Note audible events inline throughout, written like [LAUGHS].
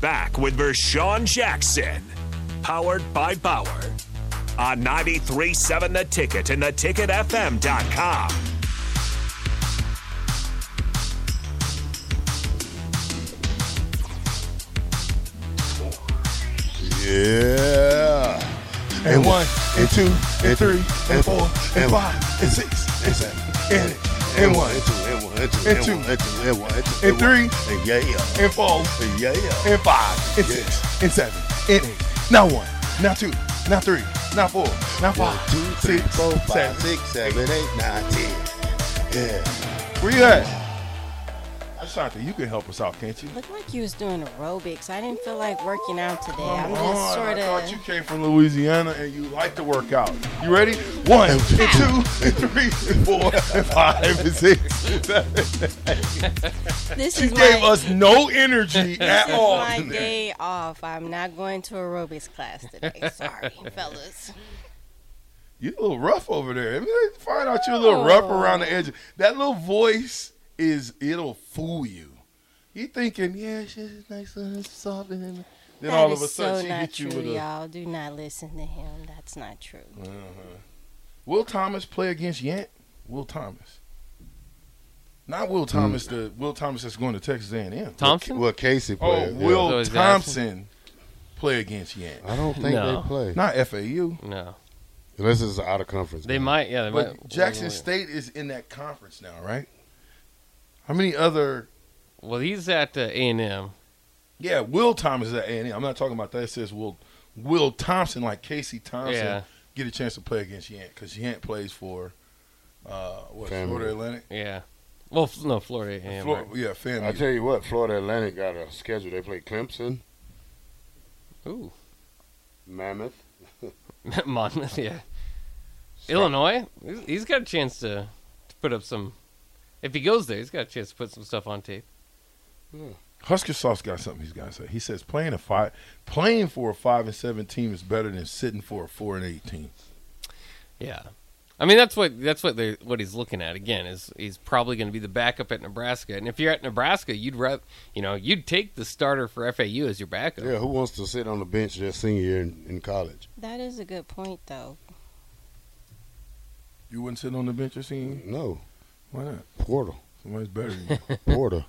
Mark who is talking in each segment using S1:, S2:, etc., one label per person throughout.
S1: back with Vershawn Jackson, powered by Bauer, on 93.7 The Ticket and theticketfm.com.
S2: Yeah. And one, and two, and three, and four, and five, and six, and seven, and eight, and one,
S3: and two, and one, and two,
S2: And two.
S3: one, and two, and one, and two,
S2: And
S3: one.
S2: three.
S3: And yeah, yeah,
S2: and four,
S3: and yeah, yeah.
S2: and five, and six, and seven, and eight. Now one, now two, now three, now four,
S3: One,
S2: now five,
S3: two, three,
S2: six,
S3: four, five,
S2: seven.
S3: six, seven, eight, nine, ten. Yeah.
S2: Where you at? Ashanti, you can help us out, can't you?
S4: Looked like you was doing aerobics. I didn't feel like working out today. I'm
S2: Come
S4: just
S2: on,
S4: sort
S2: I thought you
S4: of.
S2: came from Louisiana and you like to work out. You ready? One, and two, and three, and four, and five, and six. and seven.
S4: [LAUGHS] This
S2: She
S4: is
S2: gave
S4: my,
S2: us no energy at
S4: this is
S2: all.
S4: my
S2: today.
S4: day off. I'm not going to aerobics class
S2: [LAUGHS]
S4: today. Sorry, fellas.
S2: You a little rough over there. Let me Find out you're a little rough
S4: Oh.
S2: around the edges. That little voice is it'll fool you. You thinking, yeah, she's nice and soft, and then then
S4: That
S2: all of
S4: is
S2: a sudden
S4: so
S2: she
S4: not
S2: hits you
S4: true,
S2: with a.
S4: y'all. Do not listen to him. That's not true.
S2: Will Thomas play against Yant? Will Thomas. Not Will Thomas. The Will Thomas that's going to Texas A&M.
S5: Thompson?
S3: Well, Casey
S2: Oh,
S3: played. yeah.
S2: Will
S5: So is
S2: Thompson play against Yant?
S3: I don't think
S5: No.
S3: they play
S2: Not FAU.
S5: No.
S3: unless it's out of conference.
S5: They
S3: game.
S5: might, yeah. They
S2: But
S5: might.
S2: Jackson State is in that conference now, right? How many other
S5: Well, he's at uh, A&M.
S2: Yeah, Will Thomas is at A and M. I'm not talking about that. It says Will Will Thompson, like Casey Thompson,
S5: Yeah.
S2: get a chance to play against Yant because Yant plays for uh, what
S3: Family.
S2: Florida Atlantic.
S5: Yeah. Well, f- no, Florida A&M.
S2: Flor-
S5: right.
S2: yeah,
S3: I
S2: family.
S3: tell you what, Florida Atlantic got a schedule. They play Clemson,
S5: Ooh. [LAUGHS]
S3: Mammoth.
S5: Monmouth, yeah. Illinois? He's- He's got a chance to, to put up some. If he goes there, he's got a chance to put some stuff on tape.
S2: Husker Soft's got something he's got to say. He says playing a five, playing for a five and seven team is better than sitting for a four and eight team.
S5: Yeah. I mean that's what that's what they what he's looking at again is he's probably going to be the backup at Nebraska and if you're at Nebraska you'd rather you know you'd take the starter for FAU as your backup
S3: Yeah, who wants to sit on the bench their senior year in, in college?
S4: That is a good point, though.
S2: You wouldn't sit on the bench or senior?
S3: No,
S2: Why not?
S3: Porter,
S2: Somebody's better than
S3: [LAUGHS]
S2: you.
S3: Porter.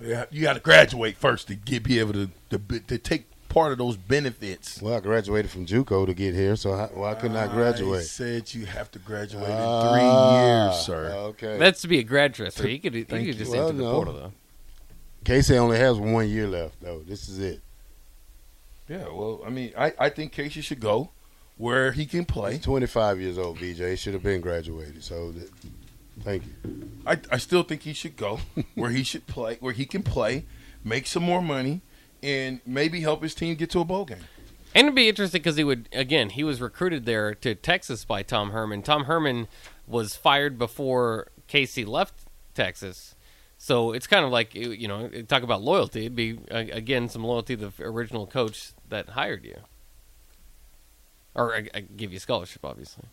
S2: yeah, you got to graduate first to get be able to, to be- to take part of those benefits.
S3: well, I graduated from JUCO to get here, so how, why couldn't I
S2: I
S3: graduate?
S2: said you have to graduate
S3: Ah,
S2: in three years, sir.
S3: Okay.
S5: that's to be a grad transfer you could you
S2: Thank you.
S5: could just
S3: Well,
S5: enter the
S3: no.
S5: portal though
S3: Casey only has one year left, though. This is it.
S2: Yeah, well, I mean, I, I think Casey should go where he can play.
S3: He's 25 years old, BJ. He should have been graduated. So, th- thank you.
S2: I, I still think he should [LAUGHS] go where he should play, where he can play, make some more money, and maybe help his team get to a bowl game.
S5: And it'd be interesting because he would again. He was recruited there to Texas by Tom Herman. Tom Herman was fired before Casey left Texas, so it's kind of like you know talk about loyalty. It'd be a- again some loyalty to the original coach that hired you, or I, I give you scholarship, obviously.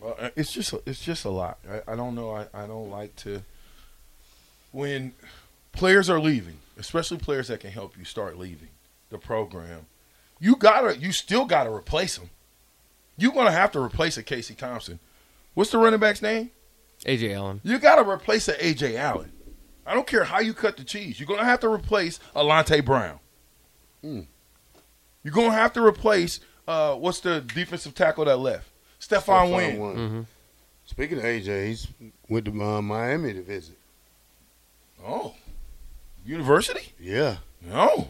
S2: Well, uh, it's just it's just a lot. I, I don't know. I, I don't like to when players are leaving, especially players that can help you start leaving the program. You gotta you still gotta replace them. You're gonna have to replace a Casey Thompson. What's the running back's name?
S5: AJ Allen.
S2: You got to replace an AJ Allen. I don't care how you cut the cheese. You're gonna have to replace Alante Brown.
S3: Mm.
S2: You're gonna have to replace uh, what's the defensive tackle that left? Stephon
S3: Stephon
S2: Wynn.
S3: Wynn.
S5: Mhm.
S3: Speaking of AJ, he's went to uh, Miami to visit.
S2: Oh, university?
S3: Yeah.
S2: No.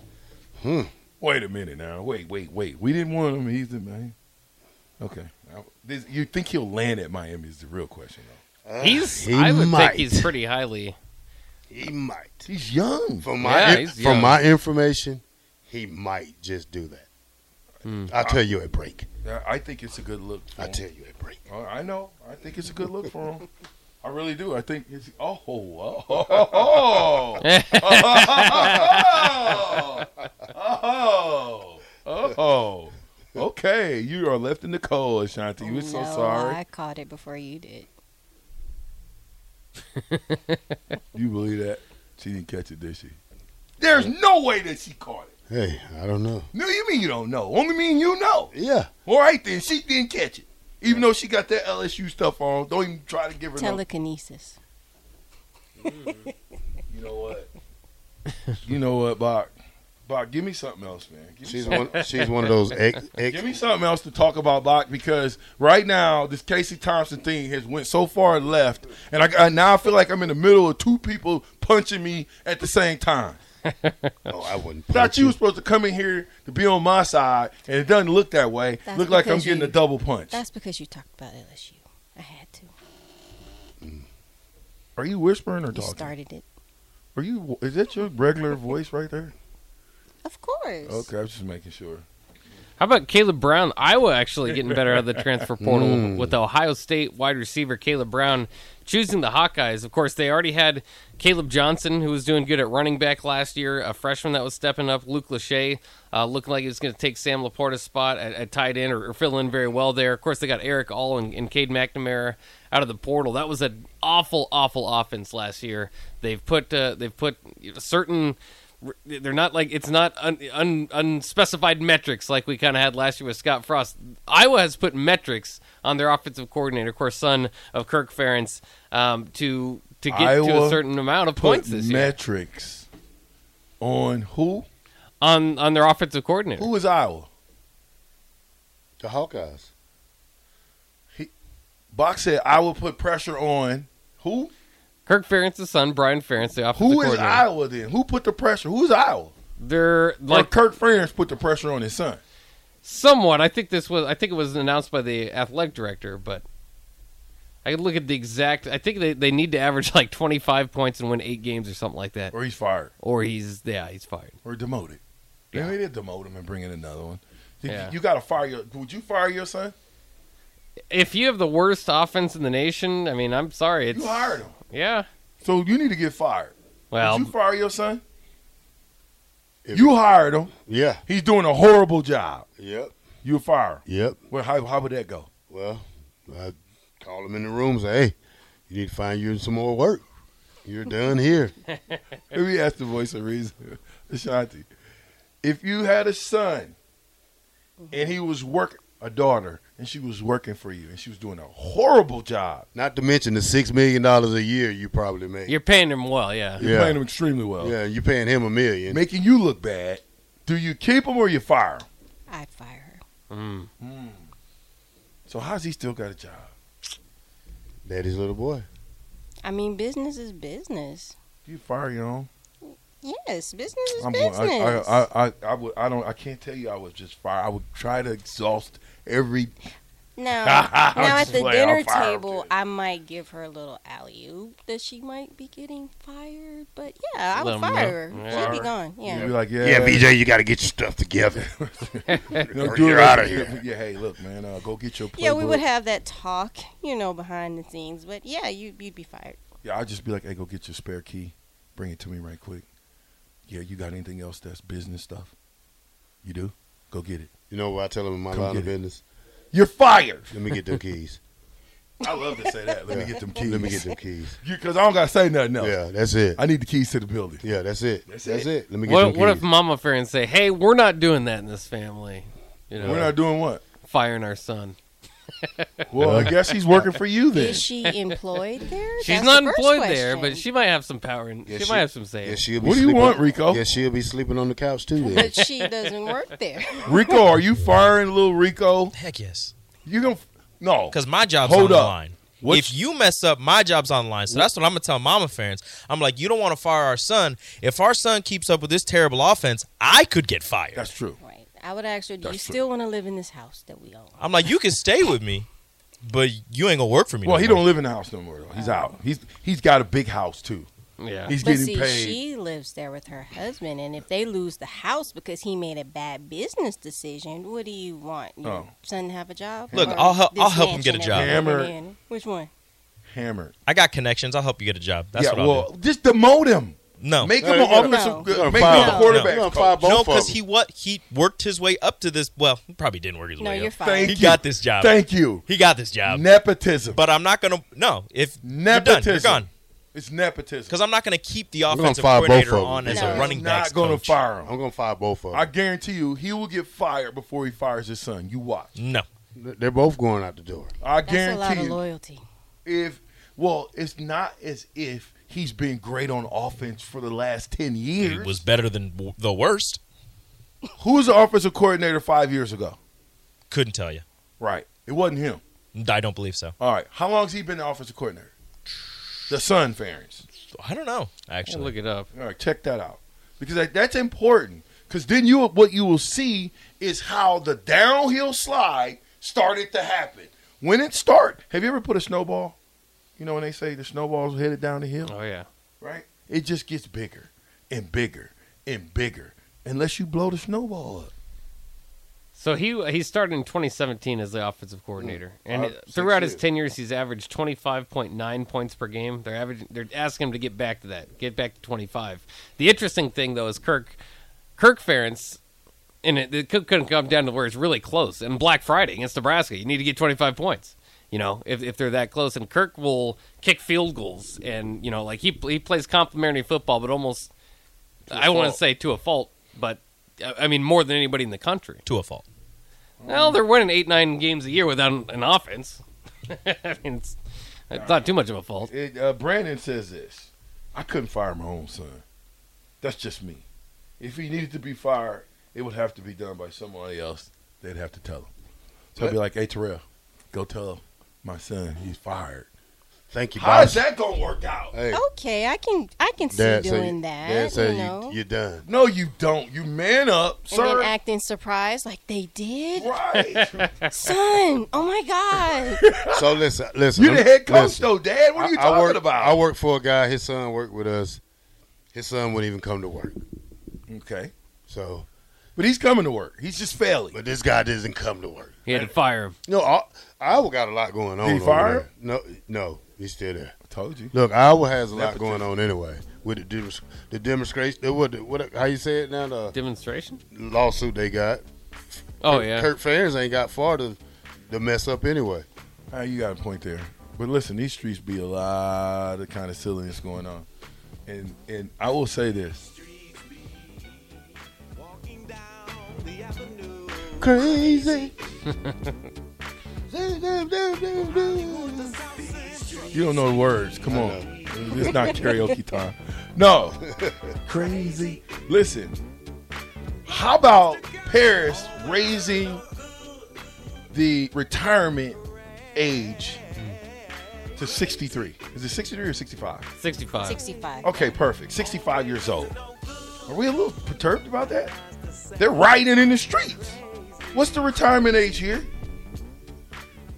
S3: Hmm.
S2: Wait a minute now. Wait, wait, wait. We didn't want him. He's in Miami. Okay. Now, this- you think he'll land at Miami is the real question though.
S3: Uh,
S5: He's.
S3: he
S5: I would
S3: might.
S5: think he's pretty highly.
S3: He might.
S2: He's young.
S3: From my
S5: Yeah, he's
S3: from
S5: young.
S3: my information, he might just do that.
S5: Hmm.
S3: I'll tell you at break.
S2: I- I think it's a good look. for
S3: I'll
S2: him.
S3: tell you at break.
S2: Uh, I know. I think it's a good look for [LAUGHS] him. I really do. I think it's. Oh, [LAUGHS] oh, oh, oh, oh, oh, oh, oh. Okay, you are left in the cold, Ashanti. We're so
S4: No,
S2: sorry.
S4: I caught it before you did.
S2: You believe that? She didn't catch it, did she? There's no way that she caught it.
S3: Hey, I don't know.
S2: No, you mean you don't know. Only mean you know.
S3: Yeah.
S2: All right then, she didn't catch it. Even though she got that LSU stuff on, don't even try to give her no.
S4: Telekinesis.
S2: You know what? [LAUGHS] you know what, Bach? Bach, give me something else, man. Give me
S3: She's one. She's one of those. Ex, ex,
S5: [LAUGHS]
S2: Give me something else to talk about, Bach, because right now this Casey Thompson thing has went so far left, and I, I now feel like I'm in the middle of two people punching me at the same time.
S3: oh, I wouldn't.
S2: Thought you were supposed to come in here to be on my side, and it doesn't look that way.
S4: That's
S2: look like I'm
S4: because
S2: getting
S4: you-
S2: a double punch.
S4: That's because you talked about LSU. I had to.
S2: Are you whispering or
S4: You
S2: talking?
S4: started it.
S2: Are you? Is that your regular voice right there?
S4: Of course.
S2: Okay, I'm just making sure.
S5: How about Caleb Brown? Iowa actually getting better out of the transfer portal
S3: Mm.
S5: with Ohio State wide receiver Caleb Brown choosing the Hawkeyes. Of course, they already had Caleb Johnson, who was doing good at running back last year, a freshman that was stepping up. Luke Lachey uh, looking like he was going to take Sam Laporta's spot at, at tight end or, or fill in very well there. Of course, they got Eric All and, and Cade McNamara out of the portal. That was an awful, awful offense last year. They've put uh, they've put you know, certain they're not like it's not un, un, unspecified metrics like we kind of had last year with Scott Frost. Iowa has put metrics on their offensive coordinator, of course, son of Kirk Ferentz, um, to to get to a
S2: Iowa
S5: certain amount of
S2: Put
S5: points this year
S2: metrics on who?
S5: on on their offensive coordinator.
S2: Who is Iowa?
S3: The Hawkeyes.
S2: Box said I will put pressure on who?
S5: Kirk Ferentz's son, Brian Ferentz, the offensive
S2: Who is
S5: coordinator.
S2: Iowa then? Who put the pressure? Who's Iowa?
S5: They're
S2: Like
S5: like
S2: Kirk Ferentz put the pressure on his son.
S5: somewhat. I think this was. I think it was announced by the athletic director, but. I could look at the exact. I think they, they need to average like 25 points and win eight games or something like that.
S2: Or he's fired.
S5: Or he's, yeah, he's fired.
S2: Or demoted. Yeah.
S5: Yeah.
S2: Maybe they demote him and bring in another one. You,
S5: Yeah.
S2: you gotta fire your would you fire your son?
S5: if you have the worst offense in the nation, I mean, I'm sorry. It's
S2: You hired him.
S5: yeah.
S2: So you need to get fired.
S5: Well,
S2: Would you fire your son?
S3: If-
S2: you hired him.
S3: Yeah.
S2: He's doing a horrible job.
S3: Yep.
S2: You fire him.
S3: Yep.
S2: Well, how, how would that go?
S3: Well, I call him in the room. Say, hey, you need to find you some more work. You're done here.
S2: Let me ask the voice of reason, [LAUGHS] Ashanti. If you had a son and he was working, a daughter, and she was working for you and she was doing a horrible job,
S3: Not to mention the six million dollars a year you probably make.
S5: you're paying him well, yeah.
S2: you're
S3: Yeah.
S2: paying him extremely well,
S3: Yeah, you're paying him a million.
S2: making you look bad, do you keep him or you fire him?
S4: I'd fire her.
S5: Mm.
S2: So, how's he still got a job?
S3: Daddy's little boy.
S4: I mean, business is business.
S2: Do you fire your own?
S4: Yes, business is
S2: I'm
S4: business.
S2: going, I, [LAUGHS] I, I, I, I, would, I don't. I can't tell you. I would just fire. I would try to exhaust every.
S4: now,
S2: I'm
S4: now at
S2: just
S4: the
S2: playing,
S4: dinner
S2: I'm fired,
S4: table,
S2: dude.
S4: I might give her a little alley oop that she might be getting fired. But yeah, I
S5: Let
S4: would
S5: 'em
S4: fire
S5: know.
S4: her.
S5: Yeah.
S4: She'd be gone. Yeah.
S2: You'd be like, yeah,
S3: you got to get your stuff together.
S2: no,
S3: or
S2: do it
S3: you're
S2: like-
S3: outta here.
S2: [LAUGHS] Yeah, hey, look, man, uh, go get your. Playbook.
S4: Yeah, we would have that talk, you know, behind the scenes. But yeah, you, you'd be fired.
S2: Yeah, I'd just be like, hey, go get your spare key. Bring it to me right quick. Yeah, you got anything else that's business stuff? You do? Go get it.
S3: You know what I tell him in my
S2: Come
S3: line of
S2: get it.
S3: business?
S2: You're fired.
S3: Let me get them keys.
S2: I love to say [LAUGHS] that. [LAUGHS] Let me get them keys.
S3: Let me get them keys.
S2: Because I don't got to say nothing else.
S3: Yeah, that's it.
S2: I need the keys to the building.
S3: Yeah, that's it.
S2: That's
S3: That's,
S2: it.
S3: it. Let me get
S5: What,
S3: them
S5: what
S3: keys.
S5: if Mama Farron say, "Hey, we're not doing that in this family. You know,
S2: We're not doing [LAUGHS] what?
S5: firing our son.
S2: Well, I guess he's working for you
S4: [LAUGHS]
S2: then.
S4: Is she employed there?
S5: She's
S4: That's
S5: not
S4: the first
S5: employed there,
S4: question.
S5: but she might have some power and
S3: Yeah,
S5: she,
S3: she-
S5: might have some say.
S3: Yeah, she'll be
S2: What do you
S3: sleeping-
S2: want, Rico?
S3: Yeah, she'll be sleeping on the couch
S2: [LAUGHS]
S3: too. Then.
S4: But she doesn't work there.
S2: Rico, are you firing little Rico?
S6: Heck yes,
S2: You gonna f- [LAUGHS] no?
S6: because my job's
S2: Hold
S6: on
S2: up.
S6: the line.
S2: What's-
S6: if you mess up, my job's on the line. So that's what I'm gonna tell Mama fans. I'm like, you don't want to fire our son. If our son keeps up with this terrible offense, I could get fired.
S2: that's true.
S4: right. I would ask her, do you
S2: That's true.
S4: still want to live in this house that we own?
S6: I'm like, you can stay with me, but you ain't gonna work for me.
S2: Well,
S6: no
S2: he
S6: more.
S2: don't live in the house no more though. He's out. He's he's got a big house too.
S5: yeah.
S2: He's
S4: But
S2: getting
S4: see,
S2: paid.
S4: she lives there with her husband, and if they lose the house because he made a bad business decision, what do you want? Your
S2: Oh.
S4: son to have a job?
S6: Look,
S4: Or
S6: I'll help-
S4: this
S6: I'll help him get a
S4: mansion
S6: job.
S4: that we're
S2: Hammer.
S4: living in? Which one?
S2: Hammered.
S6: I got connections. I'll help you get a job. That's
S2: yeah.
S6: what I'll
S2: well, just demote him.
S6: do. No,
S2: Make
S3: No,
S2: him an
S3: you gotta-
S2: offensive.
S3: you gotta
S2: Make
S3: fire
S2: him a
S4: him.
S2: quarterback.
S3: You're gonna
S2: coach.
S3: fire both
S6: no,
S3: of 'em.
S6: because he what he worked his way up to this. Well, he probably didn't work his
S4: No,
S6: way
S4: you're
S6: up.
S4: fired.
S2: Thank
S6: He
S2: you.
S6: got this job.
S2: Thank you.
S6: He got this job.
S2: Nepotism.
S6: But I'm not gonna. No, if you're done,
S2: Nepotism.
S6: you're gone.
S2: It's nepotism.
S6: Because I'm not going to keep the
S3: gonna
S6: offensive
S3: fire both
S6: coordinator
S3: of 'em.
S6: on as
S4: No.
S6: a running back
S2: not going to
S6: coach.
S2: fire him.
S3: I'm gonna fire both of them.
S2: I guarantee you, he will get fired before he fires his son. You watch.
S6: No.
S3: They're both going out the door.
S2: I
S4: That's a lot
S2: guarantee
S4: of
S2: you.
S4: loyalty.
S2: if well, it's not as if he's been great on offense for the last ten
S6: He
S2: years.
S6: was better than w- the worst.
S2: Who was the offensive coordinator five years ago?
S6: Couldn't tell you.
S2: Right, it wasn't him.
S6: I don't believe so.
S2: All right, how long has he been the offensive coordinator? The Sun Ferens.
S6: I don't know,
S5: I'll
S6: actually.
S5: look it up.
S2: All right, check that out because that, that's important. Because then you what you will see is how the downhill slide started to happen. When it start, have you ever put a snowball? You know when they say the snowball's headed down the hill.
S5: Oh yeah.
S2: right? It just gets bigger and bigger and bigger unless you blow the snowball up.
S5: So he he started in 2017 as the offensive coordinator, and
S2: Uh,
S5: it-
S2: six
S5: throughout his
S2: years.
S5: ten years, he's averaged 25.9 points per game. They're averaging, they're asking him to get back to that, get back to 25. The interesting thing though is Kirk Kirk Ferentz, and it, it could, couldn't come down to where it's really close. And Black Friday against Nebraska, you need to get 25 points. You know, if, if they're that close, and Kirk will kick field goals, and you know, like he he plays complimentary football, but almost I want to say to a fault, but uh, I- I mean more than anybody in the country.
S6: to a fault.
S5: Well, they're winning eight, nine games a year without an, an offense. [LAUGHS] I mean, it's, it's not too much of a fault.
S2: It, uh, Brandon says this I couldn't fire my own son. That's just me. If he needed to be fired, it would have to be done by somebody else. They'd have to tell him. So I'd be like, hey, Terrell, go tell my son he's fired.
S3: Thank you,
S2: How is
S3: boss.
S2: that going to work out?
S3: Hey,
S4: Okay, I can I can see
S3: Dad say,
S4: doing that.
S3: Dad say
S4: you know,
S3: you, are done.
S2: No, you don't. You man up,
S4: and then
S2: sir.
S4: acting surprised like they
S3: [LAUGHS]
S4: did.
S2: [LAUGHS] right.
S4: Son, oh my god,
S3: So listen, listen.
S2: You're the head coach,
S3: listen.
S2: though, Dad. What are you
S3: I- I
S2: talking
S3: work,
S2: about?
S3: I work for a guy. His son worked with us. His son wouldn't even come to work.
S2: okay.
S3: So,
S2: But he's coming to work. He's just failing.
S3: but this guy doesn't come to work.
S5: He had to fire him.
S3: No, I, Iowa got a lot going on.
S2: he
S3: over
S2: fire
S3: there.
S2: him?
S3: No, no, he's still there.
S2: I told you.
S3: Look, Iowa has a lot
S2: Nepotism.
S3: going on anyway with the dem- the demonstration. What, what? How you say it now? The
S5: Demonstration?
S3: lawsuit they got.
S5: Oh, yeah.
S3: Kurt Ferentz ain't got far to to mess up anyway.
S2: Ah, you got a point there. But listen, these streets be a lot of kind of silliness going on. And and I will say this.
S3: Crazy.
S2: [LAUGHS] You don't know the words. Come on. It's not karaoke time. No. Crazy. Listen. How about Paris raising the retirement age to 63? Is it 63 or 65?
S5: 65.
S4: 65.
S2: Okay, perfect. 65 years old. Are we a little perturbed about that? They're riding in the streets. What's the retirement age here?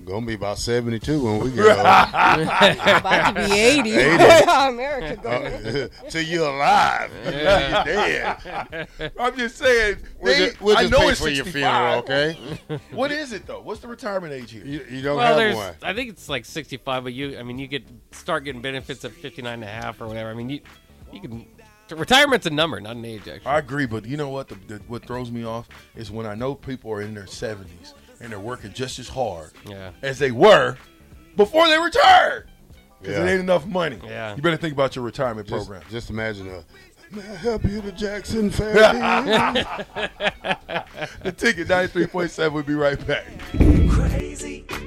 S3: Gonna be about seventy two when we get old.
S4: I'm about to be
S3: [LAUGHS]
S4: 80. [LAUGHS] America going.
S3: Uh, Till you're alive,
S5: Yeah.
S3: you're dead.
S2: I'm just saying.
S3: We'll
S2: they-
S3: just, we'll
S2: I
S3: just
S2: know
S3: pay
S2: it's
S3: for your
S2: 65.
S3: funeral, okay?
S2: What is it though? What's the retirement age here?
S3: You, you don't
S5: Well,
S3: have
S5: there's,
S3: one.
S5: I think it's like 65, but you, I mean, you could start getting benefits at 59 and a half or whatever. I mean, you, you can, retirement's a number, not an age, actually.
S2: I agree, but you know what? The, the, what throws me off is when I know people are in their 70s and they're working just as hard
S5: Yeah.
S2: as they were before they retired because
S3: Yeah.
S2: it ain't enough money.
S5: Yeah.
S2: You better think about your retirement
S3: Just,
S2: program.
S3: just imagine a. May I help you, the
S5: [LAUGHS]
S3: Jackson family?
S2: The ticket 93.7. We'll be right back.
S1: Crazy.